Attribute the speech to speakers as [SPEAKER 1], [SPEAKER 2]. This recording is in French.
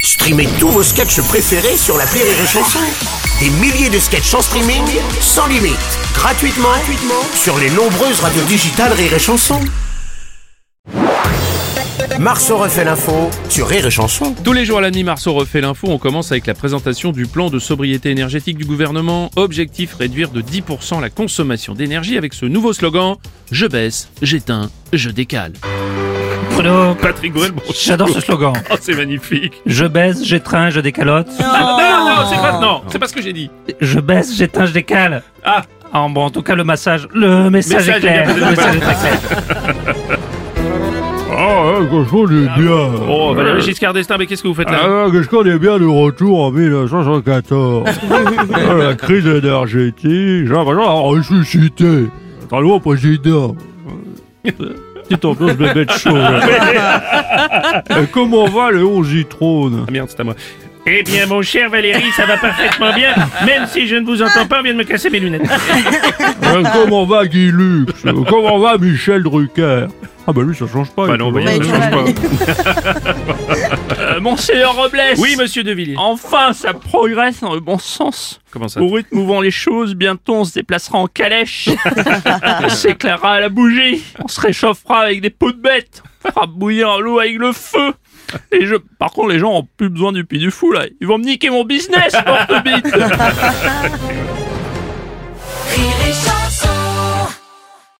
[SPEAKER 1] Streamez tous vos sketchs préférés sur la Rire et Chanson. Des milliers de sketchs en streaming, sans limite, gratuitement, gratuitement sur les nombreuses radios digitales Rire et Chanson. Marceau refait l'info sur Rire et Chanson.
[SPEAKER 2] Tous les jours à la nuit, Marceau refait l'info. On commence avec la présentation du plan de sobriété énergétique du gouvernement. Objectif réduire de 10% la consommation d'énergie avec ce nouveau slogan Je baisse, j'éteins, je décale.
[SPEAKER 3] Bruno,
[SPEAKER 2] Patrick Bruel, bonjour.
[SPEAKER 3] j'adore ce slogan.
[SPEAKER 2] Oh, c'est magnifique.
[SPEAKER 3] Je baisse, j'étreins, je décalote.
[SPEAKER 2] Ah, non, non, non, c'est pas, non, c'est pas ce que j'ai dit.
[SPEAKER 3] Je baisse, j'éteins, je décale.
[SPEAKER 2] Ah,
[SPEAKER 3] Ah bon, en tout cas, le massage, le message
[SPEAKER 2] Message
[SPEAKER 3] est clair.
[SPEAKER 2] est bien
[SPEAKER 3] Le message est très clair.
[SPEAKER 4] Ah, ouais, que je connais bien.
[SPEAKER 2] oh, Valérie Giscard d'Estaing, mais qu'est-ce que vous faites là
[SPEAKER 4] Ah, ouais, que je connais bien le retour en 1974. Ah, la crise énergétique, j'ai l'impression d'avoir ressuscité. T'as le droit, président. Petite ambiance bébé de chaud. là. Et comment va le 11 trône
[SPEAKER 2] Ah merde, c'est à moi. Eh bien, mon cher Valérie, ça va parfaitement bien, même si je ne vous entends pas, on vient de me casser mes lunettes.
[SPEAKER 4] Et Comment Hein, va Guy Lux Comment va Michel Drucker Ah bah lui, ça change pas.
[SPEAKER 2] Bah
[SPEAKER 4] il
[SPEAKER 2] non,
[SPEAKER 4] est
[SPEAKER 2] bah,
[SPEAKER 4] toujours
[SPEAKER 2] il
[SPEAKER 4] là.
[SPEAKER 2] change pas.
[SPEAKER 5] Euh, Monseigneur Robles
[SPEAKER 2] Oui, monsieur De Villiers.
[SPEAKER 5] Enfin, ça progresse dans le bon sens.
[SPEAKER 2] Comment ça
[SPEAKER 5] Au rythme où vont les choses, bientôt on se déplacera en calèche. on s'éclairera à la bougie. On se réchauffera avec des pots de bête. On fera bouillir l'eau avec le feu. Et je... Par contre, les gens ont plus besoin du pied du fou, là. Ils vont me niquer mon business, porte bite